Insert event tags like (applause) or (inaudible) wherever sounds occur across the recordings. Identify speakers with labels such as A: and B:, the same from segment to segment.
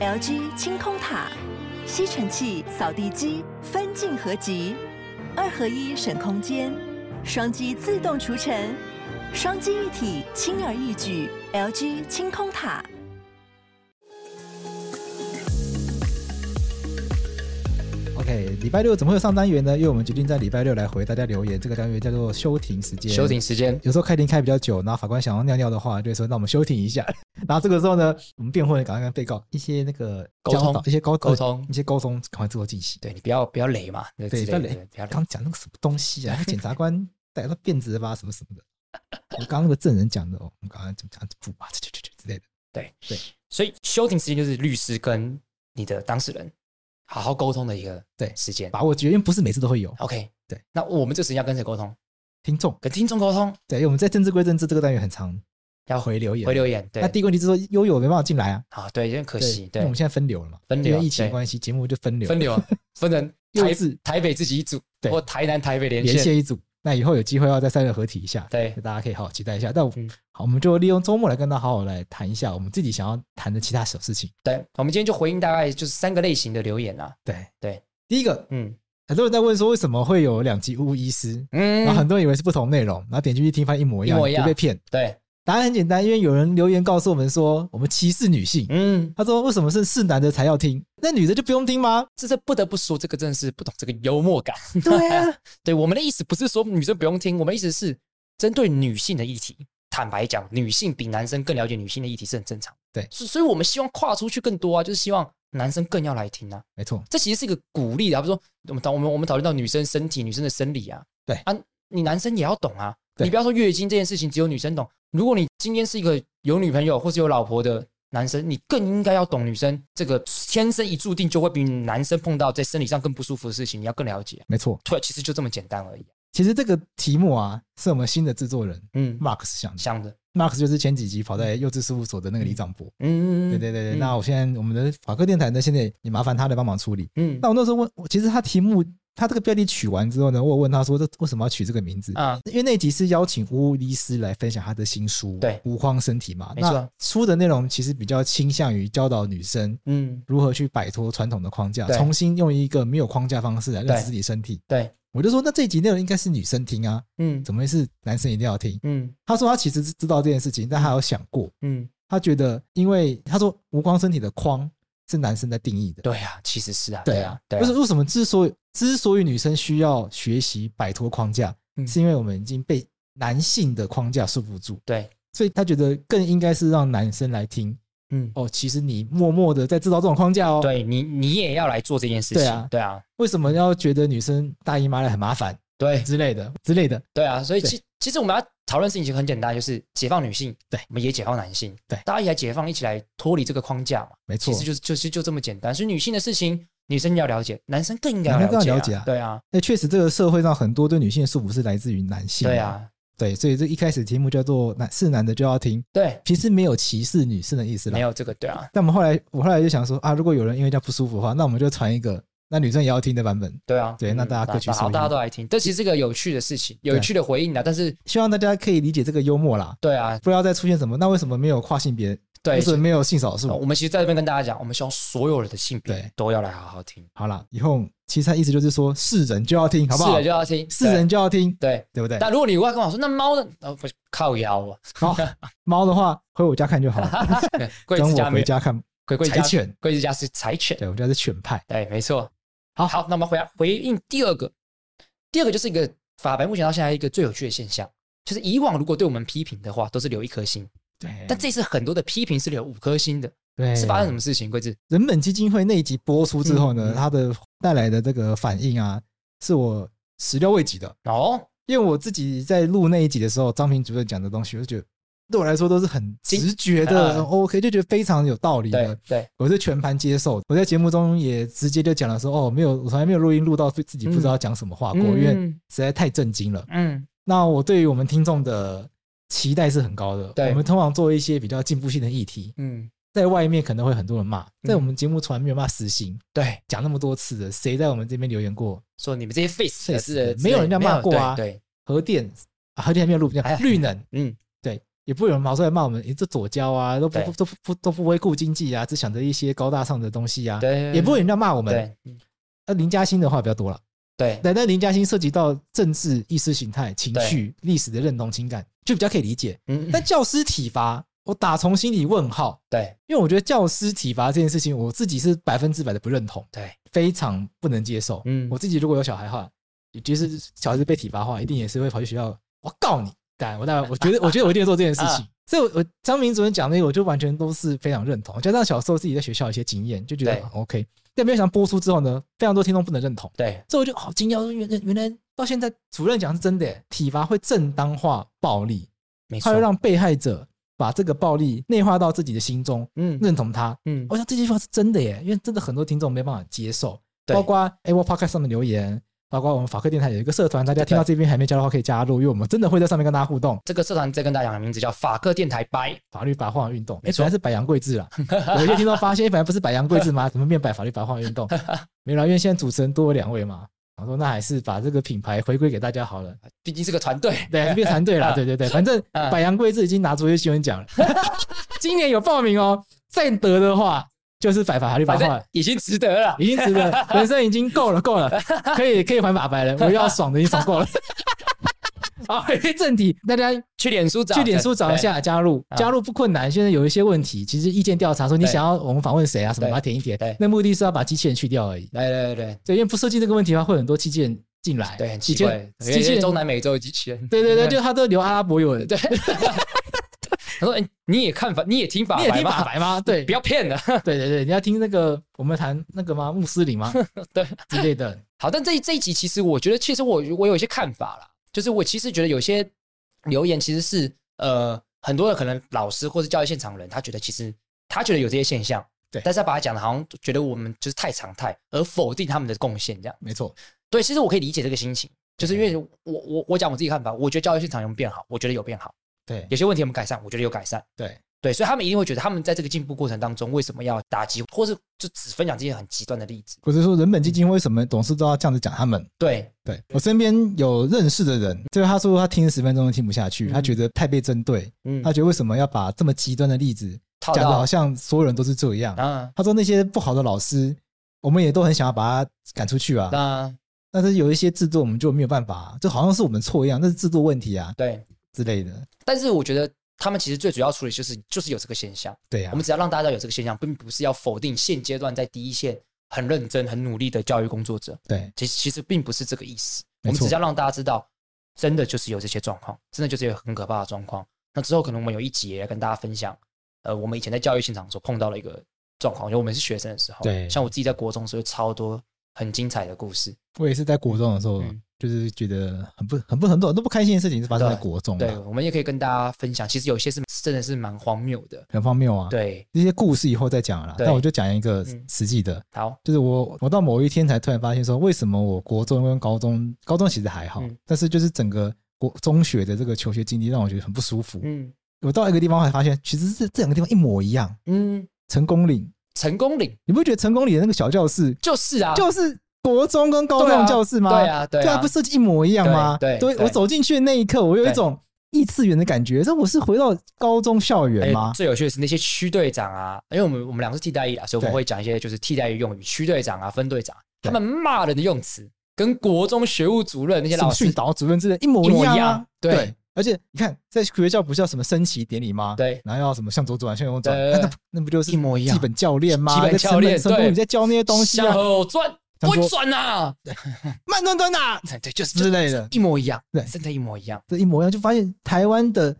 A: LG 清空塔、吸尘器、扫地机分镜合集，二合一省空间，双击自动除尘，双击一体轻而易举。LG 清空塔。
B: OK，礼拜六怎么会有上单元呢？因为我们决定在礼拜六来回大家留言，这个单元叫做休庭时间。
C: 休庭时间，
B: 有时候开庭开比较久，然后法官想要尿尿的话，就会说那我们休庭一下。然后这个时候呢，我们辩护人赶快跟被告一些那个
C: 沟通
B: 教导一些沟
C: 沟通
B: 一些沟通，赶快做记起。
C: 对你不要不要雷嘛，对
B: 对，
C: 之
B: 不要
C: 类
B: 累
C: 的不要雷
B: 刚。讲那个什么东西啊？检察官逮到辫子吧，什么什么的。我刚刚那个证人讲的哦，我们刚刚怎么讲不啊，这这这这之类的。
C: 对
B: 对，
C: 所以休庭时间就是律师跟你的当事人好好沟通的一个
B: 对
C: 时间。
B: 把握决定不是每次都会有
C: OK，
B: 对，
C: 那我们这时间要跟谁沟通？
B: 听众，
C: 跟听众沟通，
B: 对，因为我们在政治归政治这个单元很长，
C: 要
B: 回留言。
C: 回留言。对
B: 那，第一个问题是说悠悠没办法进来啊，
C: 好，对，有点可
B: 可因
C: 惜，
B: 为我
C: 对
B: 们，现在分流了嘛，
C: 分流
B: 因为疫情
C: 对
B: 关系，节目就分流，(laughs)
C: 分流啊，分成
B: 幼
C: 台
B: 稚
C: 台北自己一组，
B: 对
C: 或台南台北连
B: 连
C: 线。
B: 线一组。那以后有机会要在三人合体一下，
C: 对
B: 大家可以好好期待一下。但我
C: 嗯
B: 好，我们就利用周末来跟大家好好来谈一下我们自己想要谈的其他小事情。
C: 对，我们今天就回应大概就是三个类型的留言啦。
B: 对
C: 对，
B: 第一个
C: 嗯
B: 很多人在问说为什么会有两集巫医师，然后
C: 嗯，
B: 很多人以为是不同内容，然后点进去听发现一模一样，
C: 一模一样
B: 就被骗。
C: 对，
B: 答案很简单，因为有人留言告诉我们说我们歧视女性，
C: 嗯，
B: 他说为什么是是男的才要听，那女的就不用听吗？
C: 这是不得不说，这个真的是不懂这个幽默感。
B: 对啊，
C: 对，我们的意思不是说女生不用听，我们的意思是针对女性的议题。坦白讲，女性比男生更了解女性的议题是很正常。
B: 对
C: 所所以我们希望跨出去更多啊，就是希望男生更要来听啊。
B: 没错，
C: 这其实是一个鼓励啊，不是说我们当我们我们讨论到女生身体、女生的生理啊，
B: 对
C: 啊，你男生也要懂啊。
B: 对
C: 你不要说月经这件事情只有女生懂，如果你今天是一个有女朋友或是有老婆的男生，你更应该要懂女生这个天生一注定就会比男生碰到在生理上更不舒服的事情，你要更了解啊。
B: 没错。
C: 对，其实就这么简单而已。啊
B: 其实这个题目啊，是我们新的制作人
C: 嗯，
B: Max 想的。
C: 想的，
B: Max 就是前几集跑在幼稚事务所的那个李长博。
C: 嗯，
B: 对对对对，
C: 嗯
B: 那我现在我们的法科电台呢，现在也麻烦他来帮忙处理。
C: 嗯
B: 那我那时候问，我其实他题目他这个标题取完之后呢，我有问他说，这为什么要取这个名字？
C: 啊，
B: 因为那一集是邀请巫医师来分享他的新书《
C: 对
B: 无荒身体》嘛，
C: 没错
B: 那书的内容其实比较倾向于教导女生
C: 嗯，
B: 如何去摆脱传统的框架，
C: 对
B: 重新用一个没有框架方式来认识
C: 对
B: 自己身体。
C: 对，
B: 我就说，那这一集内容应该是女生听啊，
C: 嗯，
B: 怎么会是男生一定要听？
C: 嗯
B: 他说他其实是知道这件事情，但他有想过，
C: 嗯，
B: 他觉得因为他说无框身体的框是男生在定义的。
C: 对啊，其实是啊，
B: 对
C: 啊
B: 啊，，
C: 对
B: 为什么为什么之所以之所以女生需要学习摆脱框架，
C: 嗯
B: 是因为我们已经被男性的框架束缚住，
C: 对，
B: 所以他觉得更应该是让男生来听
C: 嗯，
B: 哦。其实你默默的在制造这种框架哦。，
C: 对你，你也要来做这件事情，
B: 对啊
C: 对啊，
B: 为什么要觉得女生大姨妈来很麻烦
C: 对，
B: 之类的之类的？
C: 对啊，所以
B: 对
C: 其其实我们要讨论的事情其实很简单，就是解放女性，
B: 对
C: 我们也解放男性，
B: 对
C: 大家一起来解放，一起来脱离这个框架嘛，
B: 没错
C: 其实。就是就是就这么简单。所以女性的事情，女生要了解，男生更应该要
B: 男生更要
C: 了
B: 了解
C: 啊
B: 啊，
C: 对啊，
B: 那确实，这个社会上很多对女性的束缚是来自于男性。
C: 对，啊，
B: 对，所以这一开始题目叫做“男是啊男的就要听
C: 对”，，
B: 其实没有歧视女性的意思啦
C: 没。有这个，对啊，
B: 但我们后来，我后来就想说啊，如果有人因为这样不舒服的话，那我们就传一个那女生也要听的版本，
C: 对啊，
B: 对那大家各取所
C: 好，
B: 需
C: 大家都来听，这其实是个有趣的事情，有
B: 对
C: 趣的回应啊。但是，
B: 希望大家可以理解这个幽默啦，
C: 对啊，
B: 不要再出现什么。那为什么没有跨性别？
C: 对
B: 为什么没有性少
C: 呃我
B: 数？
C: 们其实在这边跟大家讲，我们希望所有人的性别
B: 对
C: 都要来好好听，
B: 好啦，以后其实他意思就是说，是人就要听，好不
C: 是
B: 好
C: 人就？要听，
B: 是人就要听，
C: 对。对
B: 对不对？
C: 但如果你外跟我说，那猫呢？呃，不是靠腰
B: (laughs)
C: 啊，
B: 好，猫的话回我家看就好
C: (laughs)
B: 了，
C: 贵
B: 等
C: 子
B: 我
C: 家没
B: 回
C: 有，
B: 家看。
C: 贵贵子
B: 柴
C: 家
B: 犬，
C: 贵子家是柴犬，
B: 对，我家是犬派。
C: 对，没错。
B: 好
C: 好，那我们回来回应第二个，第二个就是一个法白目前到现在一个最有趣的现象，就是以往如果对我们批评的话，都是留一颗星，
B: 对，
C: 但这次很多的批评是留五颗星的，
B: 对
C: 是发生什么事情？贵子，
B: 人本基金会那一集播出之后
C: 嗯
B: 呢，
C: 嗯
B: 它的带来的这个反应啊，是我始料未及的。
C: 哦，
B: 因为我自己在录那一集的时候，张平主任讲的东西，我就觉得对我来说都是很直觉的、
C: 嗯
B: 很 OK，就觉得非常有道理
C: 对
B: 的，
C: 对，
B: 我是全盘接受的。我在节目中也直接就讲了说，哦，没有，我从来没有录音录到自己不知道讲什么话过，
C: 嗯
B: 因为实在太震惊了。
C: 嗯，
B: 那我对于我们听众的期待是很高的，
C: 对
B: 我们通常做一些比较进步性的议题，
C: 嗯，
B: 在外面可能会很多人骂，在我们节目从来没有骂私心，
C: 对，
B: 讲那么多次的，谁在我们这边留言过？
C: 说你们这些 face
B: 对
C: 是
B: 没有人家骂过啊
C: 对，
B: 核电，啊、核电还没有录，
C: 哎呀
B: 绿能。
C: 对嗯，
B: 对，也不会有人跑出来骂我们，诶，这左交啊，都不
C: 对
B: 都不不都不维护经济啊，只想着一些高大上的东西啊，
C: 对，
B: 也不会有人家骂我们。
C: 嗯对
B: 那林嘉欣的话比较多了，
C: 对
B: 但但林嘉欣涉及到政治意识形态、情绪、历史的认同、情感，就比较可以理解。
C: 嗯，
B: 但教师体罚，我打从心里问号，
C: 对
B: 因为我觉得教师体罚这件事情，我自己是百分之百的不认同，
C: 对
B: 非常不能接受。
C: 嗯
B: 我自己如果有小孩的话，其实小孩子被体罚的话，一定也是会跑去学校，我告你。但我
C: (laughs)
B: 当然，我觉得，我觉得我一定会做这件事
C: 啊
B: 情。所以我，我张明主任讲那个，我就完全都是非常认同。加上小时候自己在学校有一些经验，就觉得
C: 对
B: 啊 OK。但没有想到播出之后呢，非常多听众不能认同，
C: 对
B: 这我就好惊讶，原来原来到现在主任讲是真的耶，体罚会正当化暴力，
C: 没
B: 他
C: 错
B: 会，让被害者把这个暴力内化到自己的心中，
C: 嗯
B: 认同他。
C: 嗯
B: 我想哦这句话是真的耶，因为真的很多听众没办法接受，
C: 对
B: 包括 Apple Podcast 上的留言，包括我们法克电台有一个社团，大家听到这边还没加的话可以加入，因为我们真的会在上面跟大家互动。
C: 这个社团再跟大家讲的名字叫法克电台白，
B: 法律白话运动，哎，
C: 没错
B: 本来是百洋贵志啦。有一些听众发现，哎本来不是百洋贵
C: (laughs)
B: 志吗？怎么变百法律白话运动？没有啦，因为现在主持人多了两位嘛，我说那还是把这个品牌回归给大家好了。
C: 毕竟是个团
B: (laughs)
C: 队，
B: 对，还是变团队
C: 啊
B: 啦，对对对，
C: (laughs)
B: 反正
C: 嗯
B: 百洋贵志已经拿出一些新闻奖了， (laughs) 今年有报名哦，再得的话就是百法律白
C: 反
B: 话
C: 正。已经值得
B: (laughs)
C: 了。
B: 已经值得，人生已经够了，够
C: (laughs)
B: 了，可以可以还法白了，我要爽的已经爽够了。好，回归正题，大家
C: 去脸书找，
B: 去脸书找一下加入，
C: 啊
B: 加入不困难。现在有一些问题，其实意见调查说你
C: 对
B: 想要我们访问谁啊，什么
C: 对
B: 把它填一填
C: 对。
B: 那目的是要把机器人去掉而已。
C: 对。对对对
B: 对，因为不设计这个问题的话，会有很多机器人进来。
C: 对，很
B: 以
C: 奇
B: 前
C: 怪，有
B: 机器
C: 些
B: 人
C: 中南嗯美洲机器人，
B: 对对对，就他都留阿拉伯有人，对，
C: (laughs) 他说：“哎，你也看法，你也听法
B: (laughs) 你也
C: 白
B: 听法
C: 吧？
B: 白吗？对
C: 不，要骗了。 (laughs)
B: 对对对，你要听那个我们谈那个吗？穆斯林
C: (laughs)
B: 吗？
C: 对
B: 之类的。”
C: 好，但这一这一集其实我觉得，其实我我有一些看法啦，就是我其实觉得有些留言其实是呃，很多的可能老师或是教育现场人，他觉得其实他觉得有这些现象，
B: 对
C: 但是他把它讲的好像觉得我们就是太常态，而否定他们的贡献这样。
B: 没错，
C: 对，其实我可以理解这个心情，就是因为我我我讲我自己看法，我觉得教育现场有没有变好，我觉得有变好，
B: 对
C: 有些问题有没有改善，我觉得有改善。
B: 对，
C: 对，所以他们一定会觉得，他们在这个进步过程当中，为什么要打击，或是就只分享这些很极端的例子？
B: 或者说人本基金为什么总是都要这样子讲他们？
C: 对，
B: 对我身边有认识的人，就是他说他听十分钟都听不下去，
C: 嗯
B: 他觉得太被针对，
C: 嗯
B: 他，觉得为什么要把这么极端的例子
C: 套
B: 讲的
C: 到
B: 好像所有人都是这样？
C: 啊，
B: 他说那些不好的老师，我们也都很想要把他赶出去啊，
C: 那
B: 但是有一些制度我们就没有办法、就好像是我们错一样，那是制度问题啊
C: 对，
B: 之类的。
C: 但是我觉得他们其实最主要处理就是就是有这个现象，
B: 对啊呀、
C: 我们只要让大家有这个现象，并不是要否定现阶段在第一线很认真、很努力的教育工作者，
B: 对
C: 其实其实并不是这个意思。我
B: 没
C: 们
B: 错
C: 只是要让大家知道，真的就是有这些状况，真的就是有很可怕的状况。那之后可能我们有一集也来跟大家分享，呃，我们以前在教育现场所碰到的一个状况，就我们是学生的时候，
B: 对
C: 像我自己在国中的时候，超多很精彩的故事。
B: 我也是在国中的时候，
C: 嗯
B: 就是觉得很不很不很多都不开心的事情是发生在
C: 对
B: 国中、啊，
C: 对，我们也可以跟大家分享，其实有些是真的是蛮荒谬的。
B: 很荒谬啊。
C: 对，
B: 这些故事以后再讲啦，
C: 对
B: 但我就讲一个
C: 嗯
B: 实际的。
C: 好，
B: 就是我，我到某一天才突然发现说，为什么我国中跟高中，高中其实还好，
C: 嗯
B: 但是就是整个国中学的这个求学经历让我觉得很不舒服。
C: 嗯
B: 我到一个地方才发现，其实是这两个地方一模一样。
C: 嗯，
B: 成功岭，
C: 成功岭
B: 你不觉得成功岭的那个小教室、
C: 就是啊，
B: 就是国中跟高中教室吗？
C: 对啊，对啊，
B: 对啊，不设计一模一样吗？
C: 对对对
B: 我走进去的那一刻，我有一种异次元的感觉，这我是回到高中校园
C: 哎
B: 吗？
C: 最有趣的是那些区队长啊，因为我们我们两个是替代役啊，所以我们
B: 对
C: 会讲一些就是替代役用语，区队长啊、分队长，
B: 对
C: 他们骂人的用词跟国中学务主任那些
B: 什么
C: 老
B: 训
C: 师，
B: 导主任之类一模
C: 一模一
B: 样啊
C: 样。对
B: 而且你看，在学校不是要什么升旗典礼吗？
C: 对呃
B: 然后要什么向左转，向右转，
C: 对
B: 那那那不就是
C: 一模一样
B: 基本教练吗？
C: 基本教练
B: 成功
C: 对
B: 你在教那些东西
C: 向
B: 啊，
C: 后转，
B: 想说
C: 会转呐，
B: 慢吞吞啊
C: 对，就是
B: 之类的，
C: 一模一样，
B: 对
C: 真的一模一样，
B: 这一模一样，就发现台湾的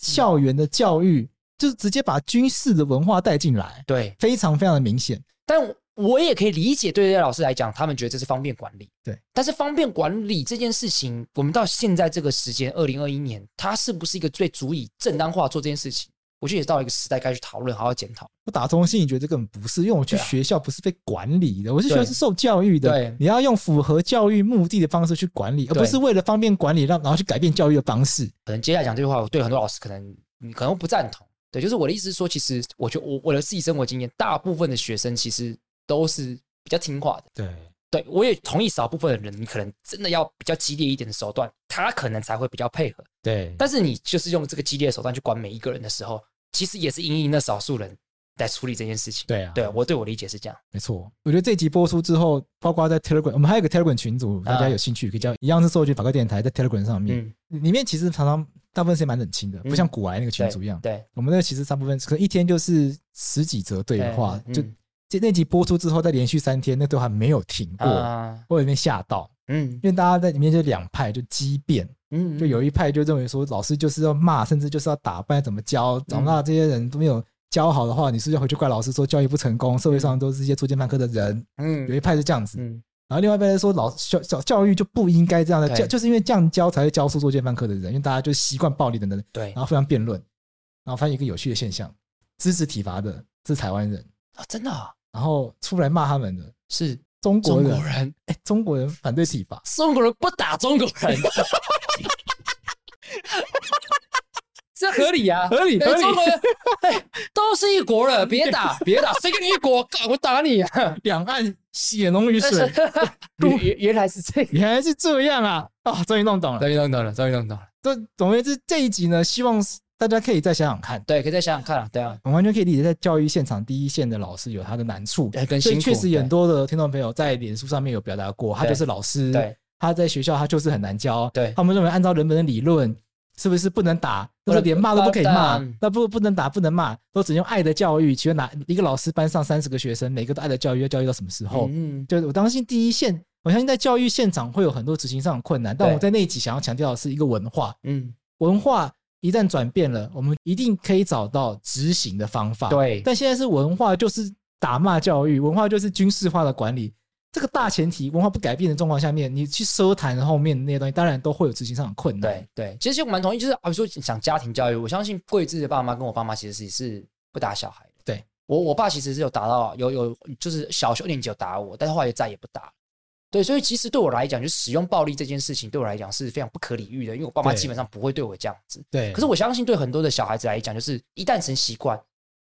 B: 校园的教育就是直接把军事的文化带进来，
C: 对。
B: 非常非常的明显。
C: 但我也可以理解，对这些老师来讲，他们觉得这是方便管理。
B: 对，
C: 但是方便管理这件事情，我们到现在这个时间，二零二一年，它是不是一个最足以正当化做这件事情？我觉得也到了一个时代该去讨论，好好检讨。
B: 我打从心里觉得这根本不是，因为我去
C: 对啊
B: 学校不是被管理的，我去学校
C: 对
B: 是受教育的
C: 对。
B: 你要用符合教育目的的方式去管理，而不
C: 对
B: 是为了方便管理让然后去改变教育的方式。
C: 可能接下来讲这句话，我对很多老师可能你可能不赞同。对，就是我的意思是说，其实我觉得我我的自己生活经验，大部分的学生其实都是比较听话的，
B: 对，
C: 对我也同意，少部分的人你可能真的要比较激烈一点的手段，他可能才会比较配合。
D: 对，
C: 但是你就是用这个激烈的手段去管每一个人的时候，其实也是因应那少数人来处理这件事情。
D: 对啊，
C: 对我对我理解是这样。
B: 没错，我觉得这集播出之后，包括在 Telegram，我们还有一个 Telegram 群组，大家有兴趣可以叫一样是搜寻法科电台，在 Telegram 上面，
C: 啊嗯，
B: 里面其实常常大部分是蛮冷清的，不像古玩那个群
C: 对
B: 组一样。
C: 对，
B: 我们那个其实大部分可能一天就是十几则对话，
C: 对
B: 就
C: 嗯
B: 这那集播出之后，再连续三天，那对话没有停过，
C: 啊，
B: 我有点吓到，
C: 嗯
B: 因为大家在里面就两派就激辩，
C: 嗯，
B: 就有一派就认为说老师就是要骂，甚至就是要打，不然怎么教？长大这些人都没有教好的话，你是不是要回去怪老师说教育不成功，社会上都是一些作奸犯科的人。
C: 嗯
B: 有一派是这样子，
C: 嗯
B: 然后另外一派说老教教教育就不应该这样的
C: 对
B: 教，就是因为这样教才会教出作奸犯科的人，因为大家就习惯暴力等等，
C: 对
B: 然后互相辩论，然后发现一个有趣的现象：支持体罚的是台湾人，
C: 啊，真的啊
B: 然后出来骂他们的
C: 是
B: 中国
C: 中
B: 人，
C: 国人，
B: 哎，中国人反对体罚，
C: 中国人 (laughs) 不打中国
B: (laughs)
C: 人，这合理啊，
B: 合理
C: 哎
B: 合理
C: 中国
B: (laughs)
C: 人哎都是一国人，别打别打，谁跟你一国？干我打你啊！
B: 两岸血浓于
C: (laughs)
B: 水，
C: 原原原来是这个，
B: 原来是这样啊！啊，终于弄懂了。
C: 终于弄懂了，终于弄懂了。
B: 这总而言之，这一集呢，希望大家可以再想想看。
C: 对，可以再想想看啊，对啊，
B: 我完全可以理解，在教育现场第一线的老师有他的难处，
C: 对更
B: 所以
C: 哎辛
B: 确
C: 苦
B: 实
C: 对
B: 很多的听众朋友在脸书上面有表达过，他
C: 对
B: 就是老师，
C: 对，
B: 他在学校他就是很难教，
C: 对
B: 他们认为按照人本的理论，是不是不能打，就是连骂都不可以
C: 不
B: 骂
C: 能打嗯，
B: 那不不能打不能骂，都只用爱的教育，其实哪一个老师班上三十个学生，每个都爱的教育，要教育到什么时候？
C: 嗯，
B: 就是我相信第一线，我相信在教育现场会有很多执行上的困难，但
C: 对
B: 我在那一集想要强调的是一个文化，
C: 嗯，
B: 文化一旦转变了，我们一定可以找到执行的方法。，
C: 对，
B: 嗯但现在是文化就是打骂教育，文化就是军事化的管理。这个大前提，文化不改变的状况下面，你去奢谈后面那些东西，当然都会有执行上的困难。
C: 对对，其实我蛮同意，就是啊，说讲家庭教育，我相信桂枝的爸妈跟我爸妈其实是是不打小孩的。
B: 对
C: 我，我爸其实是有打到有有，就是小学二年级有打我，但是后来就再也不打了。对，所以其实对我来讲，就使用暴力这件事情对我来讲是非常不可理喻的，因为我爸妈
B: 对
C: 基本上不会对我这样子。
B: 对
C: 可是我相信，对很多的小孩子来讲，就是一旦成习惯，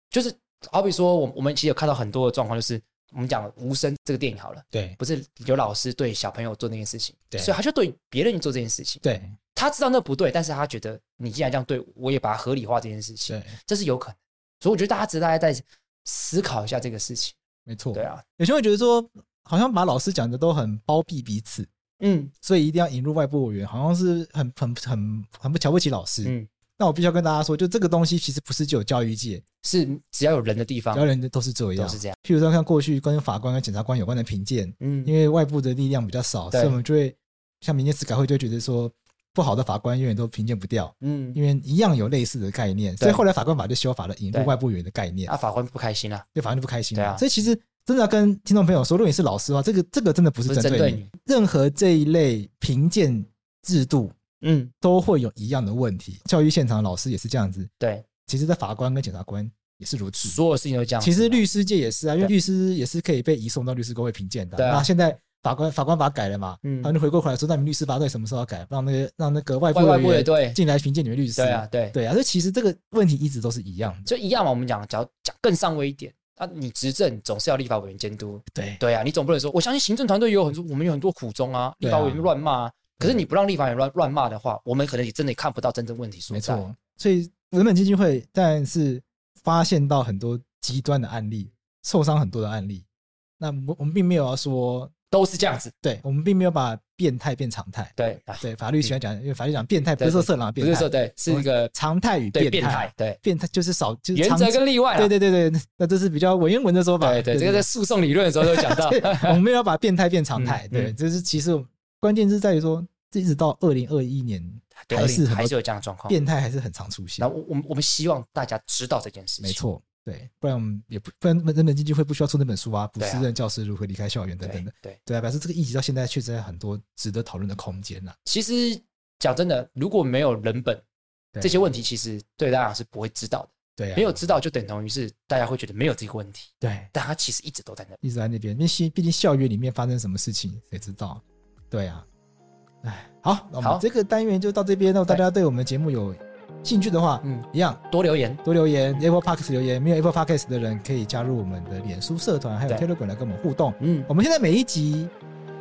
C: 就是好比说，我我们其实有看到很多的状况，就是我们讲《无声》这个电影好了，
B: 对
C: 不是有老师对小朋友做那件事情，
B: 对
C: 所以他就对别人做这件事情。
B: 对
C: 他知道那不对，但是他觉得你既然这样对我，我也把它合理化这件事情，
B: 对，
C: 这是有可能。所以我觉得大家值得大家再思考一下这个事情。
B: 没错。
C: 对啊，
B: 有些人会觉得说，好像把老师讲的都很包庇彼此，
C: 嗯
B: 所以一定要引入外部委员，好像是很很很很不瞧不起老师。
C: 嗯，
B: 那我必须要跟大家说，就这个东西其实不是只有教育界，
C: 是只要有人的地方
B: 只要人都是这样
C: 都。是这样。
B: 譬如说，像过去关于法官跟检察官有关的评鉴，
C: 嗯，
B: 因为外部的力量比较少，
C: 对
B: 所以我们就会像民间司改会就会觉得说，不好的法官永远都评鉴不掉，
C: 嗯，
B: 因为一样有类似的概念，所以后来法官法就修法了，引入
C: 对
B: 外部员的概念
C: 啊，，法官不开心啊，
B: 对法官就不开心
C: 对
B: 了。
C: 啊
B: 所以其实真的要跟听众朋友说，如果你是老师的话，这个这个真的不是
C: 不是
B: 针
C: 针
B: 对
C: 对
B: 你，
C: 你。
B: 任何这一类评鉴制度
C: 嗯，
B: 都会有一样的问题，教育现场老师也是这样子，
C: 对，
B: 其实，在法官跟检察官也是如此。
C: 所有事情都这样子啊
B: 其
C: 嘛。
B: 实律师界也是啊，因为
C: 对
B: 律师也是可以被移送到律师工会评鉴的。
C: 对啊
B: 那现在法官法官法改了嘛，
C: 嗯
B: 然后就回过头来说，那你们律师法到底什么时候要改？让那个让那个外部
C: 外外部
B: 人
C: 也对
B: 进来评鉴你们律师。
C: 对啊，，对，
B: 对啊，所以其实这个问题一直都是一样的。
C: 就一样嘛。我们讲，只要讲更上位一点，啊，你执政总是要立法委员监督，
B: 对
C: 对啊，你总不能说，我相信行政团队也有很多，我们有很多苦衷啊，立
B: 对啊
C: 法委员乱骂、啊。可是你不让立法委员乱乱骂的话，我们可能也真的看不到真正问题所
B: 没
C: 在。
B: 错。所以人本基金会当然是发现到很多极端的案例，受伤很多的案例。那我我们并没有要说，
C: 都是这样子。
B: 对我们并没有把变态变常态。
C: 对，啊
B: 对，法律喜欢讲，因为法律讲变态不是
C: 对
B: 说
C: 对
B: 色狼的
C: 不
B: 变
C: 是
B: 态
C: 说，对，是一个
B: 常态与
C: 对
B: 变
C: 变
B: 态
C: 态，。对
B: 变态就是少，就是
C: 原
B: 常
C: 则跟例外啊。
B: 对对对对，那这是比较文言文的说法。
C: 对对，这个在诉讼理论的时候都有讲
B: (laughs)
C: 到。 (laughs)
B: 对我们没有把变态变常态。
C: 嗯
B: 对，
C: 嗯
B: 就是其实关键是在于说，一直到二零二一年，
C: 对
B: 还是很多
C: 还是有这样的状况。
B: 变态还是很常出现
C: 那。我我们我们希望大家知道这件事情。
B: 没，错，对，不然我们也不不然人本基金会不需要出那本书啊，不
C: 对啊
B: 是任教师如何离开校园等等
C: 对
B: 的。
C: 对。
B: 对啊，表示这个议题到现在确实还有很多值得讨论的空间呐。
C: 其实讲真的，如果没有人本，
B: 对
C: 这些问题其实对大家是不会知道的。
B: 对啊，
C: 没有知道，就等同于是大家会觉得没有这个问题，
B: 对，
C: 但它其实一直都在那。
B: 一直在那边，因为毕毕竟校园里面发生什么事情谁知道？对啊，哎，好，那我们
C: 好
B: 这个单元就到这边。那大家对我们节目有兴趣的话，
C: 嗯，
B: 一样
C: 多留言。
B: 多留言 Apple Podcast 留言，没有 Apple Podcast 的人可以加入我们的脸书社团，还有
C: 对
B: Telegram 来跟我们互动。
C: 嗯，
B: 我们现在每一集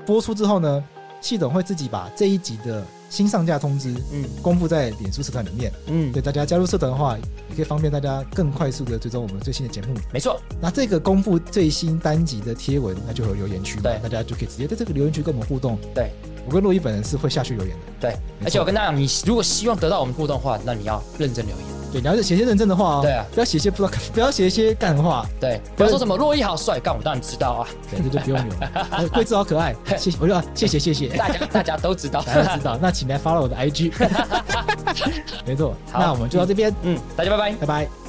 B: 播出之后呢，系统会自己把这一集的新上架通知
C: 嗯
B: 公布在脸书社团里面。
C: 嗯，
B: 对大家加入社团的话，也可以方便大家更快速的追踪我们最新的节目。
C: 没错，
B: 那这个公布最新单集的贴文，那就有留言区嘛，
C: 对
B: 大家就可以直接在这个留言区跟我们互动。
C: 对
B: 我跟洛伊本人是会下去留言的，
C: 对。
B: 没错
C: 而且我跟大家讲，你如果希望得到我们互动的话，那你要认真留言。
B: 对，你要写些认真的话哦，
C: 对啊
B: 不要写一些不知道， (laughs) 不要写一些干话，
C: 对，不要说什么洛伊好帅，干我当然知道啊，
B: 对，这就不用留。 (laughs) 呃桂枝好 (laughs) 可爱，谢谢，我就啊谢谢谢谢，
C: 大 (laughs) 家大家都知道。
B: 大家知道，那 (laughs) 请来 follow 我的 IG，没错，
C: 好
B: 那我们就到这边，
C: (laughs) 嗯，大家拜
B: 拜
C: 拜。
B: 拜。